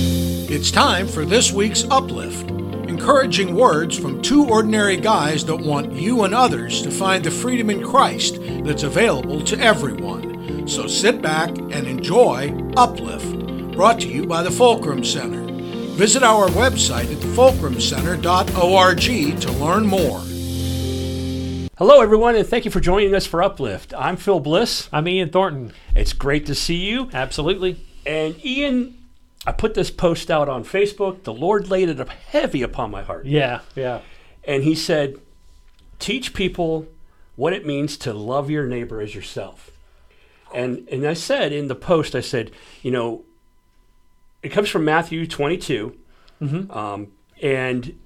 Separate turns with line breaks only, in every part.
It's time for this week's Uplift encouraging words from two ordinary guys that want you and others to find the freedom in Christ that's available to everyone. So sit back and enjoy Uplift, brought to you by the Fulcrum Center. Visit our website at fulcrumcenter.org to learn more.
Hello, everyone, and thank you for joining us for Uplift. I'm Phil Bliss.
I'm Ian Thornton.
It's great to see you.
Absolutely.
And Ian, I put this post out on Facebook. The Lord laid it up heavy upon my heart.
Yeah, yeah.
And He said, Teach people what it means to love your neighbor as yourself. And, and I said in the post, I said, you know, it comes from Matthew 22. Um, and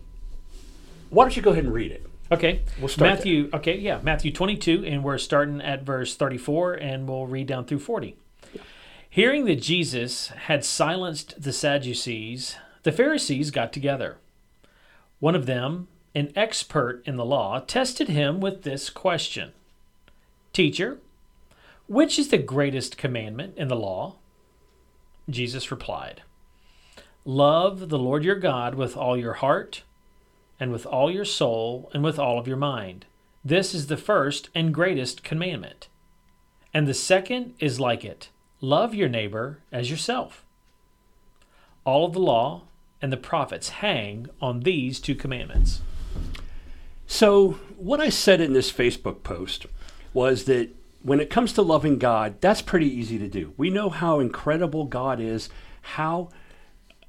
why don't you go ahead and read it?
Okay.
We'll start
Matthew, okay, yeah, Matthew 22, and we're starting at verse 34, and we'll read down through 40. Hearing that Jesus had silenced the Sadducees, the Pharisees got together. One of them, an expert in the law, tested him with this question Teacher, which is the greatest commandment in the law? Jesus replied, Love the Lord your God with all your heart and with all your soul and with all of your mind. This is the first and greatest commandment. And the second is like it love your neighbor as yourself. All of the law and the prophets hang on these two commandments.
So, what I said in this Facebook post was that when it comes to loving God, that's pretty easy to do. We know how incredible God is, how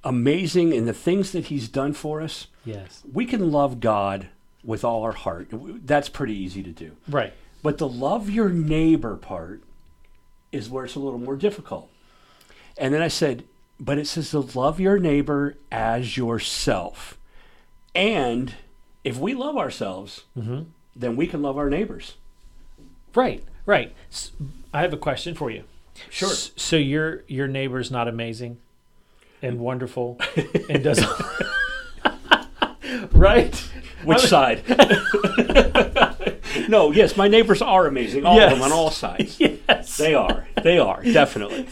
amazing, and the things that He's done for us.
Yes.
We can love God with all our heart. That's pretty easy to do.
Right.
But the love your neighbor part is where it's a little more difficult. And then I said, but it says to love your neighbor as yourself. And if we love ourselves,
Mm-hmm.
then we can love our neighbors.
Right. Right. S I I have a question for you.
Sure.
S- So your your neighbor's not amazing and wonderful and does Right?
Which side? no, yes, my neighbors are amazing. All of them on
Yes.
all sides.
Yes.
They are. They are, definitely.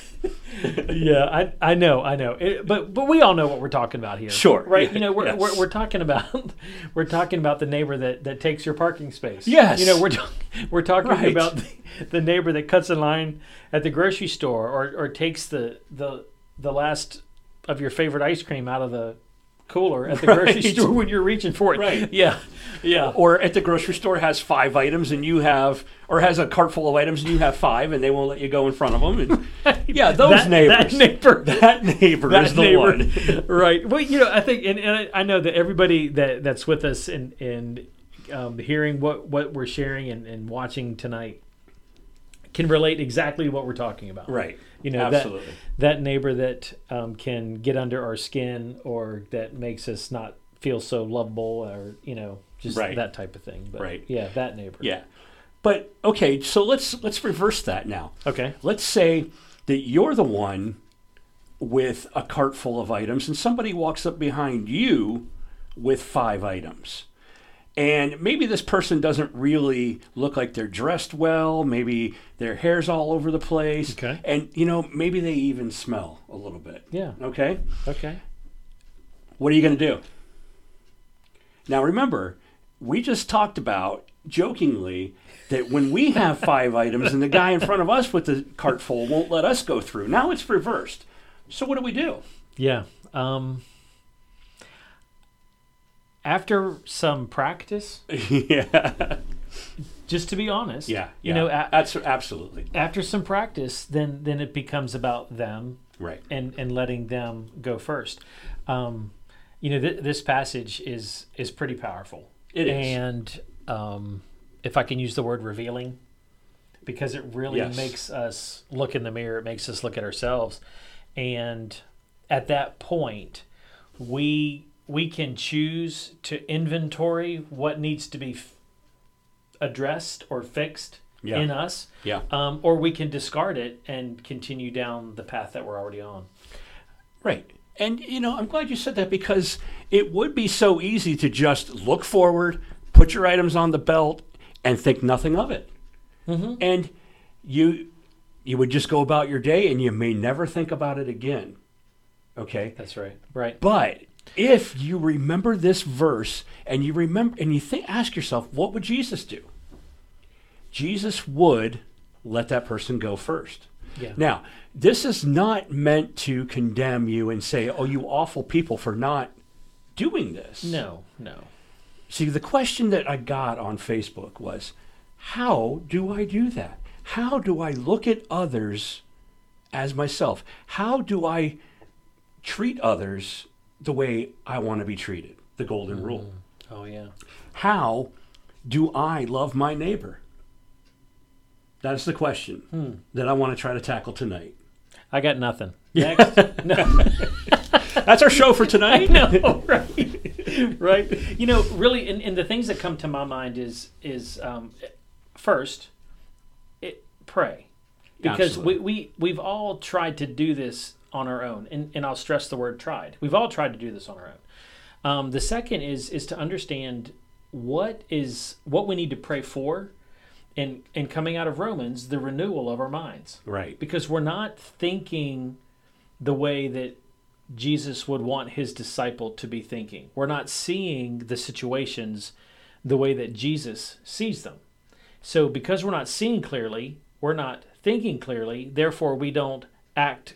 yeah, I, I know, I know, It- but but we all know what we're talking about here,
Sure.
right? You know, we're,
Yes.
we're, we're talking about we're talking about the neighbor that, that takes your parking space.
Yes.
you know, we're talk, we're talking
Right.
about the, the neighbor that cuts in line at the grocery store or, or takes the, the the last of your favorite ice cream out of the cooler at the grocery
Right.
store when you're reaching for it.
Right.
Yeah. Yeah.
Or at the grocery store has five items and you have, or has a cart full of items and you have five and they won't let you go in front of them. And, yeah, those
That-
neighbors.
That neighbor.
That neighbor is the one.
right. Well, you know, I think, and, and I I know that everybody that that's with us and and um, hearing what what we're sharing and, and watching tonight can relate exactly what we're talking about.
Right.
You know, that-
absolutely.
That neighbor that um, can get under our skin or that makes us not feel so lovable or you know just
Right.
that type of thing. But
Right.
Yeah, that neighbor.
Yeah. But okay, so let's let's reverse that now.
Okay.
Let's say that you're the one with a cart full of items and somebody walks up behind you with five items. And maybe this person doesn't really look like they're dressed well, maybe their hair's all over the place.
Okay.
And you know, maybe they even smell a little bit.
Yeah.
Okay?
Okay.
What are you going to do? Now, remember, we just talked about jokingly that when we have five items and the guy in front of us with the cart full won't let us go through, now it's reversed. So, what do we do?
Yeah. Um, after some practice,
yeah.
just to be honest,
Yeah.
you know, a-
that's absolutely
after some practice, then then it becomes about them
right.
and and letting them go first. Um, you know, th- this passage is is pretty powerful.
It is.
and um, if I can use the word revealing, because it really
Yes.
makes us look in the mirror. It makes us look at ourselves, and at that point, we we can choose to inventory what needs to be f- addressed or fixed
Yeah.
in us,
Yeah.
um, or we can discard it and continue down the path that we're already on.
Right. And, you know, I'm glad you said that because it would be so easy to just look forward, put your items on the belt, and think nothing of it. And you you would just go about your day and you may never think about it again. Okay.
That's right. Right.
But if you remember this verse and you remember and you think ask yourself, what would Jesus do? Jesus would let that person go first.
Yeah.
Now, this is not meant to condemn you and say, "Oh, you awful people for not doing this."
No, no.
See, the question that I got on Facebook was, how do I do that? How do I look at others as myself? How do I treat others the way I want to be treated? The golden rule.
Oh yeah.
How do I love my neighbor? That is the question that I want to try to tackle tonight.
I got nothing. Next.
That's our show for tonight.
no, right. right. You know, really and, and the things that come to my mind is is um, first it pray. Because we,
Absolutely.
we we've all tried to do this on our own. And and I'll stress the word tried. We've all tried to do this on our own. Um, the second is is to understand what is what we need to pray for and and coming out of Romans, the renewal of our minds
Right.
because we're not thinking the way that Jesus would want his disciple to be thinking. We're not seeing the situations the way that Jesus sees them. So because we're not seeing clearly, we're not thinking clearly, therefore we don't act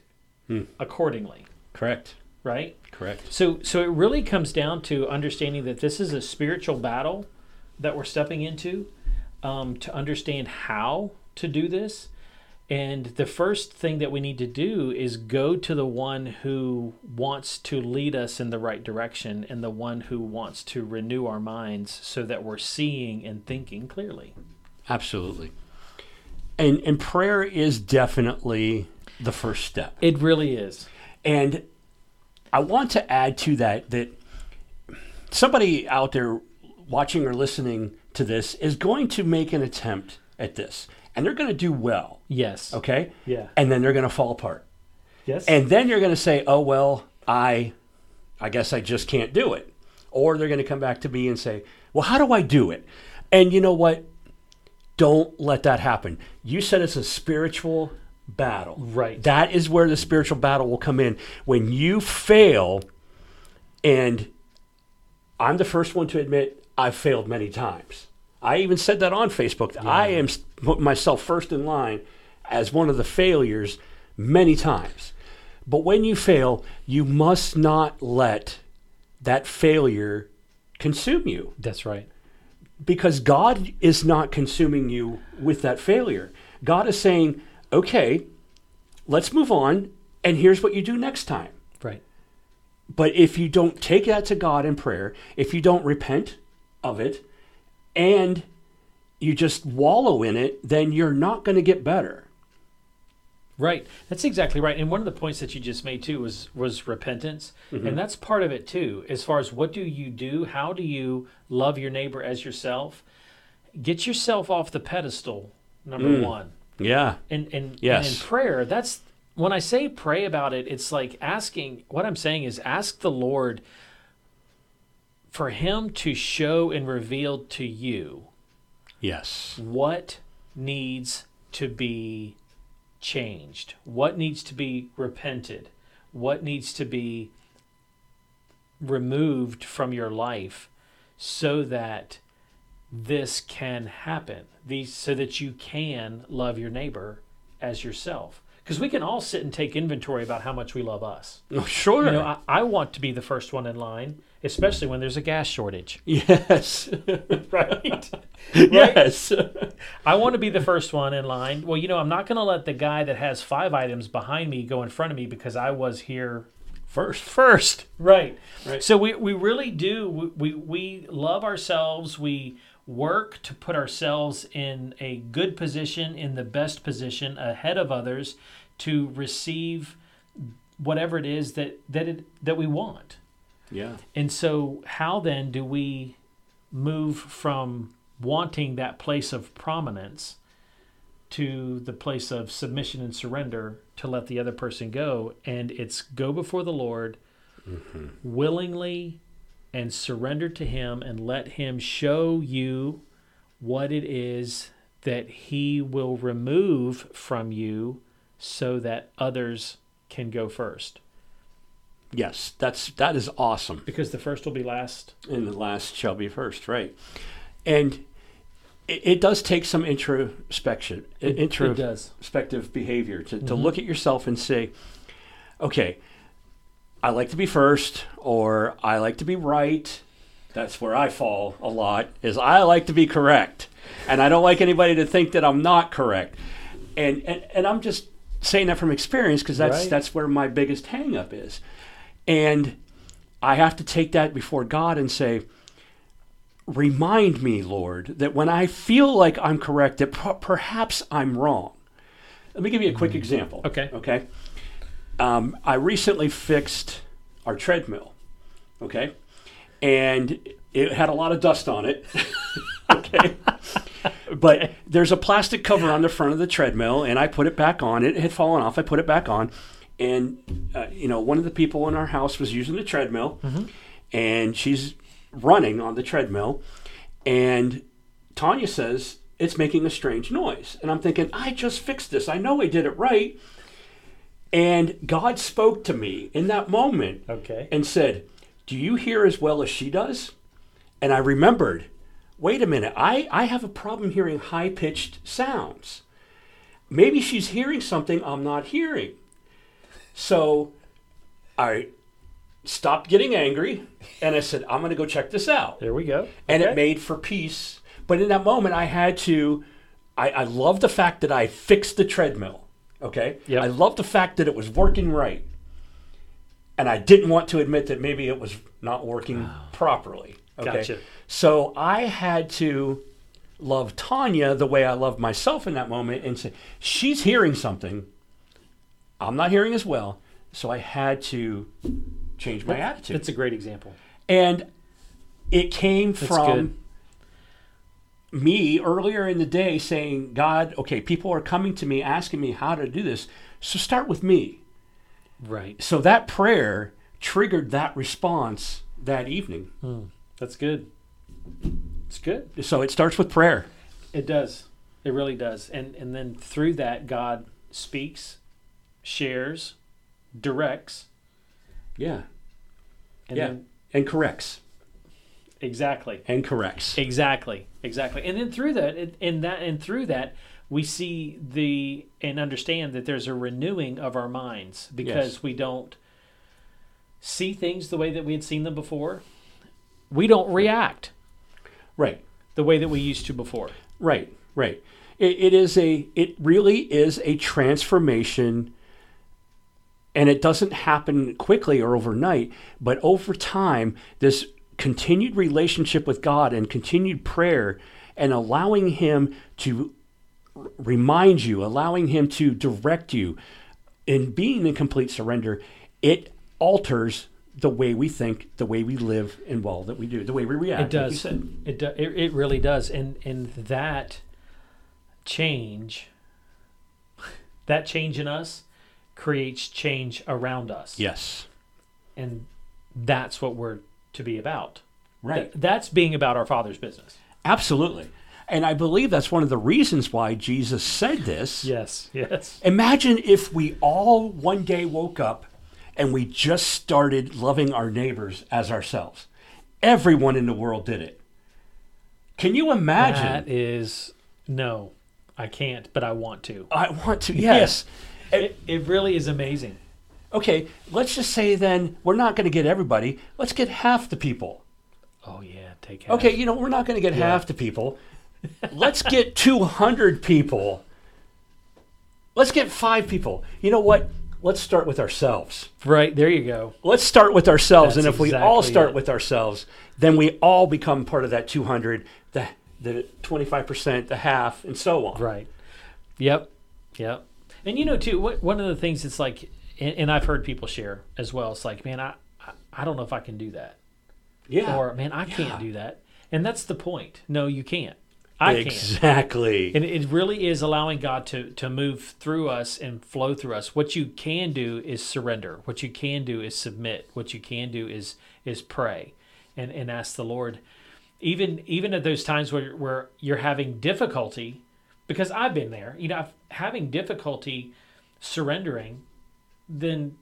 accordingly,
Correct.
right?
Correct.
So so it really comes down to understanding that this is a spiritual battle that we're stepping into um, to understand how to do this. And the first thing that we need to do is go to the one who wants to lead us in the right direction and the one who wants to renew our minds so that we're seeing and thinking clearly.
Absolutely. And and prayer is definitely the first step.
It really is.
And I want to add to that that somebody out there watching or listening to this is going to make an attempt at this and they're going to do well,
Yes.
okay?
Yeah.
And then they're going to fall apart.
Yes.
And then you're going to say, "Oh well, I I guess I just can't do it." Or they're going to come back to me and say, "Well, how do I do it?" And you know what? Don't let that happen. You said it's a spiritual battle.
Right.
That is where the spiritual battle will come in. When you fail and I'm the first one to admit I've failed many times. I even said that on Facebook. I am s- put myself first in line as one of the failures many times. But when you fail, you must not let that failure consume you
that's right.
because God is not consuming you with that failure. God is saying, okay, let's move on, and here's what you do next time.
Right.
But if you don't take that to God in prayer, if you don't repent of it, and you just wallow in it, then you're not going to get better.
Right. That's exactly right. And one of the points that you just made too was was repentance. And that's part of it too. As far as what do you do? How do you love your neighbor as yourself? Get yourself off the pedestal, number 1.
Yeah.
And and, and
Yes.
in prayer, that's when I say pray about it, it's like asking what I'm saying is ask the Lord for him to show and reveal to you
Yes.
what needs to be changed, what needs to be repented, what needs to be removed from your life so that this can happen. These so that you can love your neighbor as yourself. Because we can all sit and take inventory about how much we love us.
Oh, sure.
You know, I, I want to be the first one in line, especially when there's a gas shortage.
yes.
Right.
yes.
I want to be the first one in line. Well, you know, I'm not going to let the guy that has five items behind me go in front of me because I was here
First.
first. Right.
Right.
So we, we really do. We, we, we love ourselves. We work to put ourselves in a good position, in the best position ahead of others to receive whatever it is that, that, it, that we want.
Yeah.
And so, how then do we move from wanting that place of prominence to the place of submission and surrender to let the other person go? And it's go before the Lord Mm-hmm. willingly and surrender to Him and let Him show you what it is that He will remove from you so that others can go first.
Yes, that's that is awesome.
because the first will be last.
And the last shall be first, right? And it, it does take some introspection, intro,
It does. Mm-hmm.
perspective behavior to, to look at yourself and say, okay, I like to be first, or I like to be right. That's where I fall a lot, is I like to be correct. And I don't like anybody to think that I'm not correct. And and, and I'm just saying that from experience because that's
Right.
that's where my biggest hang up is. And I have to take that before God and say, Remind me, Lord, that when I feel like I'm correct, that per- perhaps I'm wrong. Let me give you a quick example.
Okay.
Okay. Um, I recently fixed our treadmill. Okay. And it had a lot of dust on it. okay. But there's a plastic cover on the front of the treadmill, and I put it back on. It had fallen off. I put it back on. And, uh, you know, one of the people in our house was using the treadmill, and she's running on the treadmill. And Tanya says, it's making a strange noise. And I'm thinking, I just fixed this. I know I did it right. And God spoke to me in that moment
Okay.
and said, Do you hear as well as she does? And I remembered, wait a minute, I, I have a problem hearing high pitched sounds. Maybe she's hearing something I'm not hearing. So I stopped getting angry and I said, I'm going to go check this out
There we go.
and it
Okay.
made for peace. But in that moment, I had to. I, I love the fact that I fixed the treadmill. Okay.
Yep.
I love the fact that it was working right, and I didn't want to admit that maybe it was not working properly. Okay?
Gotcha.
So I had to love Tanya the way I love myself in that moment, and say she's hearing something I'm not hearing as well. So I had to change my attitude
That's a great example.
and it came from me earlier in the day saying god okay people are coming to me asking me how to do this so start with me
Right.
so that prayer triggered that response that evening
That's good. It's good.
so it starts with prayer
It does. It really does. And and then through that God speaks, shares, directs,
yeah
and
yeah
then
and corrects
exactly.
and corrects
Exactly. Exactly. And then through that and- and that and through that we see the and understand that there's a renewing of our minds because
Yes.
we don't see things the way that we had seen them before. We don't react
right
the way that we used to before.
Right, right. It, it is a. It really is a transformation, and it doesn't happen quickly or overnight. But over time, this continued relationship with God and continued prayer, and allowing Him to r- remind you, allowing Him to direct you, in being in complete surrender, it alters the way we think, the way we live, and well, that we do, the way we react.
It
like you
does.
said.
It, do, it it really does. And and that change, that change in us, creates change around us.
Yes.
And that's what we're to be about.
Right.
Th- that's being about our Father's business.
Absolutely. And I believe that's one of the reasons why Jesus said this.
Yes. Yes.
Imagine if we all one day woke up and we just started loving our neighbors as ourselves. Everyone in the world did it. Can you
That
imagine?
is no, I can't, but I want to.
I want to. Yes.
It, it really is amazing.
Okay, let's just say then we're not going to get everybody. Let's get half the people.
Oh yeah, take half.
Okay, you know, we're not going to get half the people. Let's get 200 people. Let's get five people. You know what? Let's start with ourselves.
Right there you go.
Let's start with ourselves.
That's
and if we all
exactly
start
it.
with ourselves, then we all become part of that 200, the, the 25%, the half, and so on.
Right. Yep. Yep. And you know too, what, one of the things it's like, and, and I've heard people share as well. It's like, man, I, I, I don't know if I can do that,
Yeah.
or man, I can't do that. And that's the point. No, you can't. I can't.
exactly.
And it really is allowing God to to move through us and flow through us. What you can do is surrender. What you can do is submit. What you can do is is pray, and and ask the Lord. Even even at those times where where you're having difficulty, because I've been there. You know, I've, having difficulty surrendering, then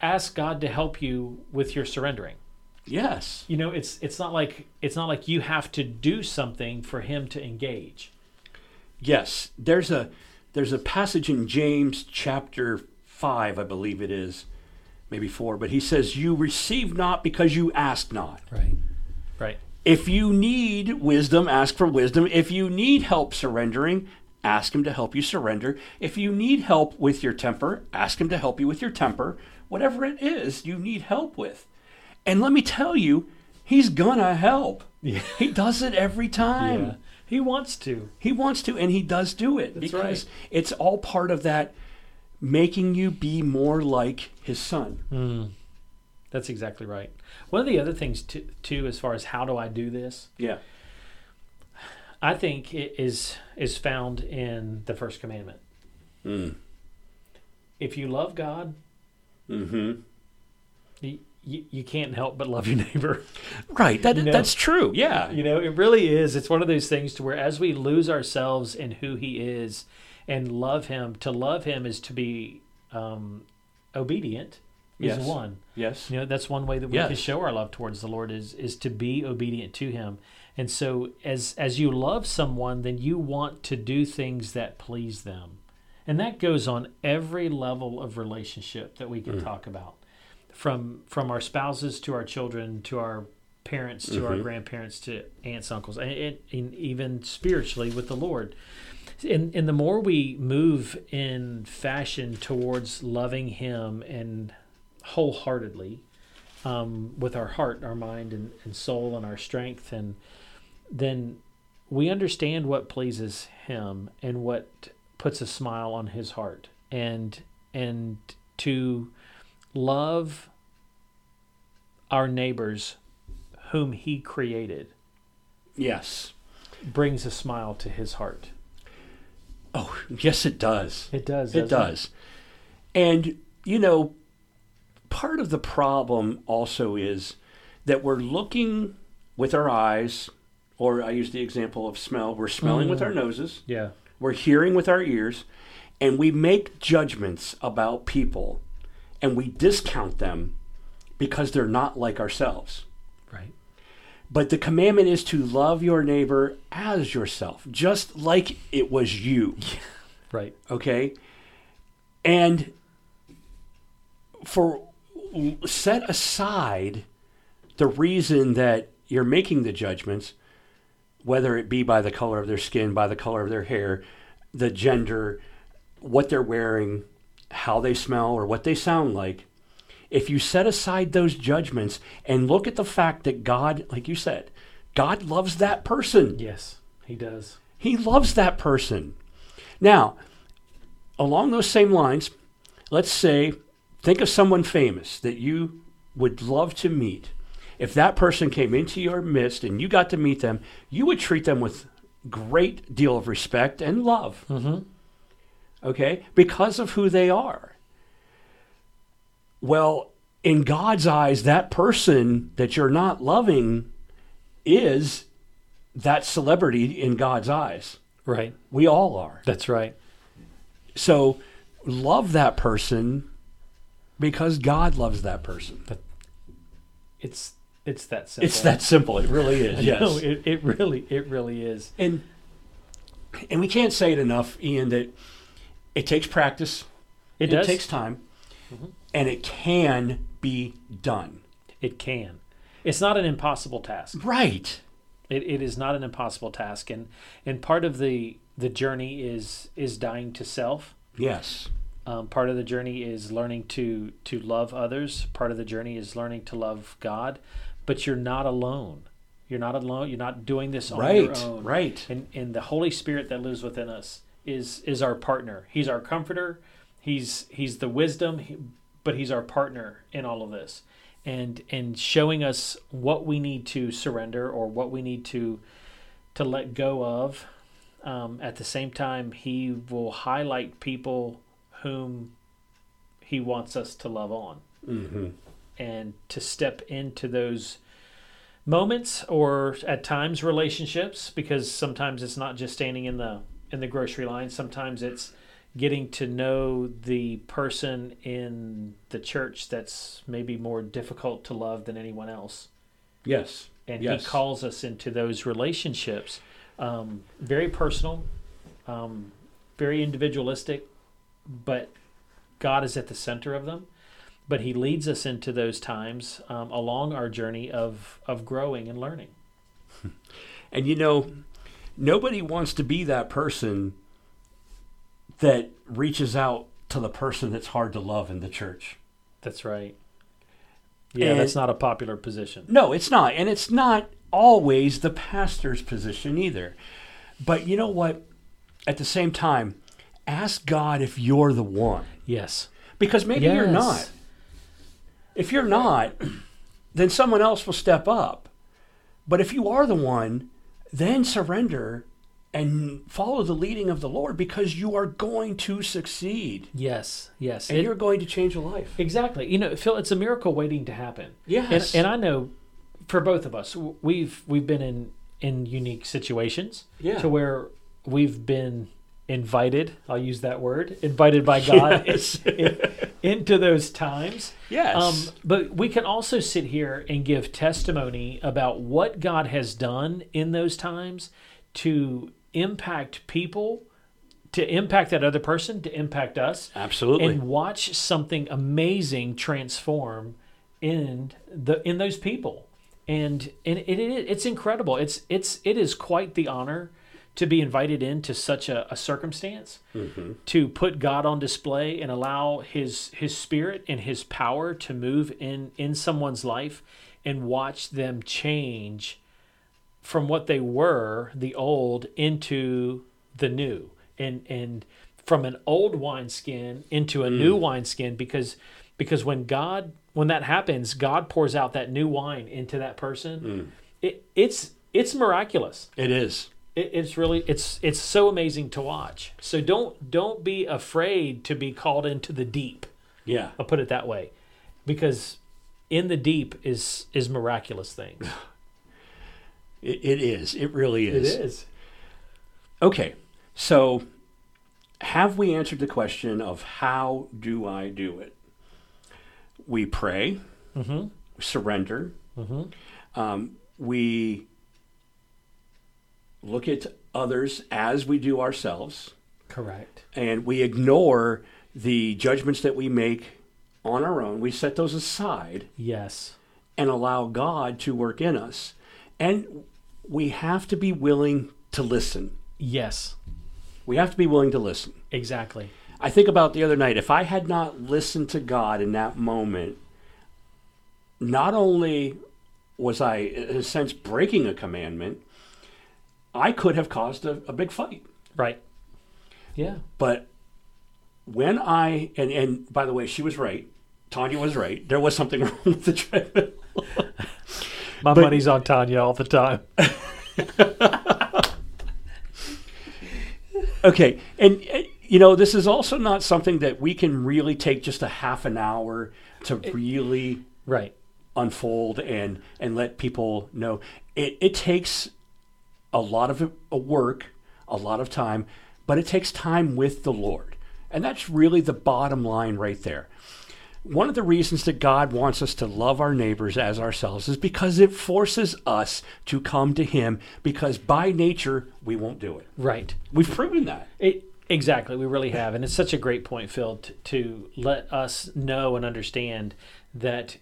ask God to help you with your surrendering.
Yes.
You know, it's it's not like it's not like you have to do something for him to engage.
Yes, there's a there's a passage in James chapter 5, I believe it is, maybe 4, but he says you receive not because you ask not.
Right.
Right.
If you need wisdom, ask for wisdom. If you need help surrendering, ask him to help you surrender. If you need help with your temper, ask him to help you with your temper. Whatever it is you need help with. And let me tell you, he's gonna help. He does it every time.
Yeah. He wants to.
He wants to, and he does do it because it's all part of that making you be more like his son.
That's exactly right. One of the other things too, too as far as how do I do this,
Yeah.
I think it is is found in the first commandment.
Hmm.
If you love God,
Mm-hmm.
you, you, you can't help but love your neighbor.
Right. That,
You know,
that's true. Yeah.
You know, it really is. It's one of those things to where as we lose ourselves in who He is and love Him, to love Him is to be um, obedient. Is
Yes.
one.
Yes.
You know, that's one way that we can
Yes.
show our love towards the Lord is is to be obedient to Him. And so, as as you love someone, then you want to do things that please them, and that goes on every level of relationship that we can talk about, from from our spouses to our children to our parents to our grandparents to aunts uncles and, and, and even spiritually with the lord and, and the more we move in fashion towards loving him and wholeheartedly um, with our heart, our mind, and, and soul, and our strength, and then we understand what pleases Him and what puts a smile on His heart, and and to love our neighbors, whom He created,
Yes.
brings a smile to His heart.
Oh, yes, it does.
It does.
It does. And, you know, part of the problem also is that we're looking with our eyes, or I use the example of smell, we're smelling with our noses.
Yeah.
We're hearing with our ears, and we make judgments about people and we discount them because they're not like ourselves.
Right.
But the commandment is to love your neighbor as yourself, just like it was you.
Right.
Okay? And for set aside the reason that you're making the judgments, whether it be by the color of their skin, by the color of their hair, the gender, what they're wearing, how they smell, or what they sound like. If you set aside those judgments and look at the fact that God, like you said, God loves that person.
Yes. He does.
He loves that person. Now, along those same lines, let's say, think of someone famous that you would love to meet. If that person came into your midst and you got to meet them, you would treat them with great deal of respect and love. Mm-hmm. Okay? Because of who they are. Well, in God's eyes, that person that you're not loving is that celebrity in God's eyes.
Right.
We all are.
That's right.
So love that person because God loves that person.
It's it's that simple.
It's that simple. It really is. Yes.
No, it, it really it really is.
and and we can't say it enough, Ian, that it takes practice.
It does.
takes time. And it can be done.
It can. It's not an impossible task.
Right.
It, it is not an impossible task, and and part of the the journey is is dying to self.
Yes.
Um, part of the journey is learning to to love others. Part of the journey is learning to love God. But you're not alone. You're not alone. You're not doing this on your
Right.
own.
Right.
And and the Holy Spirit that lives within us is is our partner. He's our comforter. He's he's the wisdom, he- but he's our partner in all of this, and and showing us what we need to surrender or what we need to to let go of. Um, at the same time, he will highlight people whom he wants us to love on
Mm-hmm.
and to step into those moments or at times relationships because sometimes it's not just standing in the in the grocery line sometimes it's getting to know the person in the church that's maybe more difficult to love than anyone else.
Yes.
And
yes.
he calls us into those relationships. Um, very personal, um, very individualistic, but God is at the center of them. But he leads us into those times um, along our journey of, of growing and learning.
And you know, nobody wants to be that person that reaches out to the person that's hard to love in the church.
That's right. Yeah,
And-
that's not a popular position.
No, it's not. And it's not always the pastor's position either. But you know what? At the same time, ask God if you're the one.
Yes.
Because maybe you're
Yes.
not. If you're not, then someone else will step up. But if you are the one, then surrender and follow the leading of the Lord because you are going to succeed
Yes. Yes.
and
It-
you're going to change a life.
Exactly. You know, Phil, it's a miracle waiting to happen.
Yes.
And, and I know for both of us, w- we've we've been in in unique situations
Yeah.
to where we've been invited. I'll use that word, invited by God
Yes.
in- into those times.
Yes.
Um, but we can also sit here and give testimony about what God has done in those times to impact people, to impact that other person, to impact us
Absolutely.
and watch something amazing transform in the in those people and and it, it it's incredible it's it's it is quite the honor to be invited into such a, a circumstance to put god on display and allow his his spirit and his power to move in in someone's life and watch them change from what they were the old into the new and and from an old wineskin into a new wineskin because because when god when that happens god pours out that new wine into that person it, it's it's miraculous
it is.
it, it's really it's it's so amazing to watch so don't don't be afraid to be called into the deep
Yeah.
i'll put it that way because in the deep is is miraculous things
It, it is. It really is.
is
Okay. So have we answered the question of how do I do it? We pray, we surrender, um, we look at others as we do ourselves,
correct
and we ignore the judgments that we make on our own. We set those aside
yes
and allow God to work in us. And we have to be willing to listen.
Yes,
We have to be willing to listen.
exactly.
I think about the other night. If I had not listened to God in that moment, not only was I, in a sense, breaking a commandment, I could have caused a, a big fight.
Right. Yeah.
But when I, and, and by the way, she was right. Tanya was right. There was something wrong with the treadmill.
My money's on Tanya all the time.
Okay. And, uh, you know, this is also not something that we can really take just a half an hour to really
right.
unfold and and let people know it, it takes a lot of uh, work a lot of time but it takes time with the lord and that's really the bottom line right there one of the reasons that god wants us to love our neighbors as ourselves is because it forces us to come to him because by nature we won't do it
Right.
we've proven that
It, exactly. We really have. And it's such a great point, Phil, to, to let us know and understand that,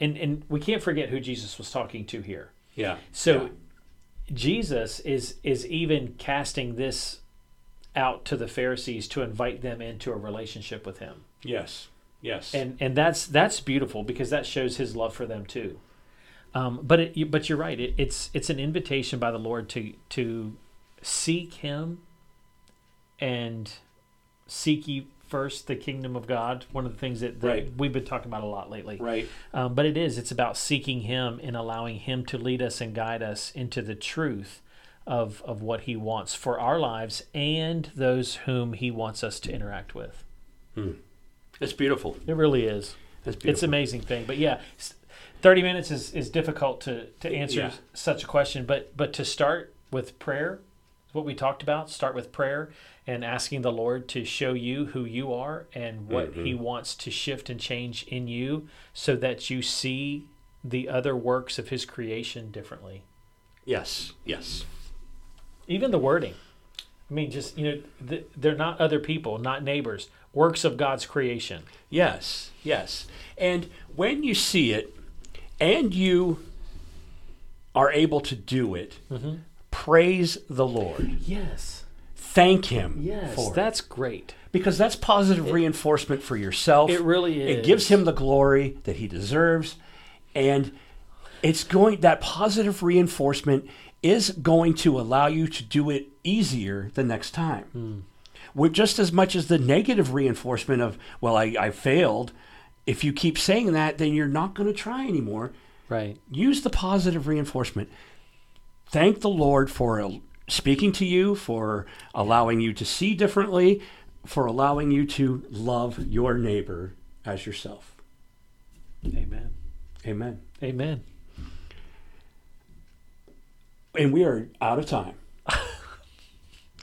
and, and we can't forget who Jesus was talking to here.
yeah
So Jesus is is even casting this out to the Pharisees to invite them into a relationship with him.
yes yes
and and that's that's beautiful because that shows his love for them too. Um, but it, you- but you're right. It, it's it's an invitation by the Lord to to seek Him and seek ye first the kingdom of God. One of the things that, that
Right.
we've been talking about a lot lately.
right
Um, but it is it's about seeking Him and allowing Him to lead us and guide us into the truth of of what He wants for our lives and those whom He wants us to interact with.
it's beautiful
It really is.
it's beautiful
It's an amazing thing. But yeah, s- 30 minutes is, is difficult to, to answer
Yeah.
such a question. But but to start with prayer, what we talked about start with prayer and asking the Lord to show you who you are and what He wants to shift and change in you so that you see the other works of His creation differently.
Yes, yes.
Even the wording. I mean, just, you know, th- they're not other people, not neighbors, works of God's creation.
Yes, yes. And when you see it and you are able to do it, praise the Lord.
Yes.
Thank Him for it.
that's great.
Because that's positive reinforcement for yourself.
it really
It gives
is.
Him the glory that He deserves. And it's going, that positive reinforcement is going to allow you to do it easier the next time.
Hmm.
With just as much as the negative reinforcement of, well, I, I failed. If you keep saying that, then you're not going to try anymore
Right.
use the positive reinforcement. Thank the Lord for uh, speaking to you, for allowing you to see differently, for allowing you to love your neighbor as yourself.
Amen.
Amen.
Amen.
And we are out of time.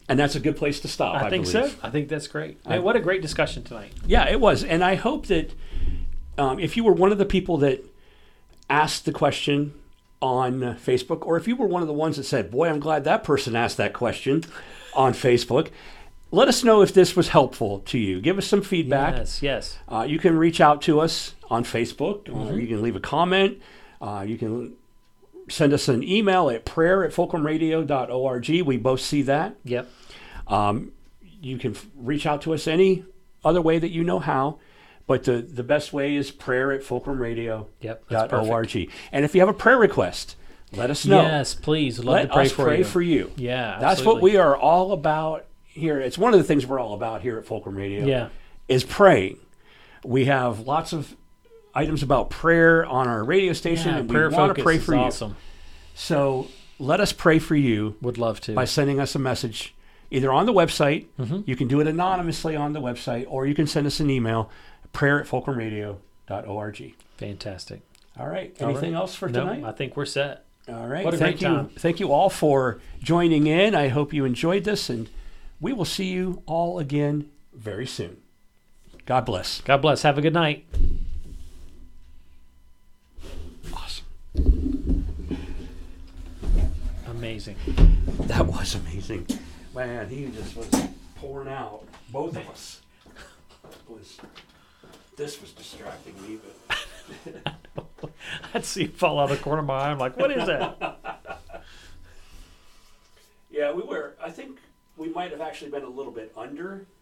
and that's a good place to stop. I,
I, think
believe.
so. I think that's great. Man, what a great discussion tonight.
Yeah, it was. And I hope that um, if you were one of the people that asked the question on uh, Facebook, or if you were one of the ones that said, Boy, I'm glad that person asked that question on Facebook, let us know if this was helpful to you. Give us some feedback.
Yes, yes.
Uh, you can reach out to us on Facebook. Uh, you can leave a comment. Uh, you can send us an email at prayer at fulcrumradio.org. We both see that.
Yep.
You can f- reach out to us any other way that you know how, but the, the best way is prayer at fulcrumradio.org.
Yep, that's
And if you have a prayer request, let us know.
Yes, please.
let
Love to pray
us
for
pray
you.
for you.
Yeah,
That's what
absolutely.
we are all about here. It's one of the things we're all about here at Fulcrum Radio
Yeah.
is praying. We have lots of items about prayer on our radio station,
Yeah,
and
prayer
we want to
focus
pray
is
for you.
awesome.
So let us pray for you
Would love to.
by sending us a message either on the website. You can do it anonymously on the website, or you can send us an email, prayer at fulcrumradio.org.
Fantastic.
All right. Anything else for
No,
tonight?
I think we're set.
All right.
What a
thank
great
you.
time.
Thank you all for joining in. I hope you enjoyed this, and we will see you all again very soon. God bless.
God bless. Have a good night.
Awesome.
Amazing.
That was amazing. Man, he just was pouring out. Both of us. It was this was distracting me, but
I'd see it fall out of the corner of my eye. I'm like, what is that?
yeah, we were I think we might have actually been a little bit under Uh,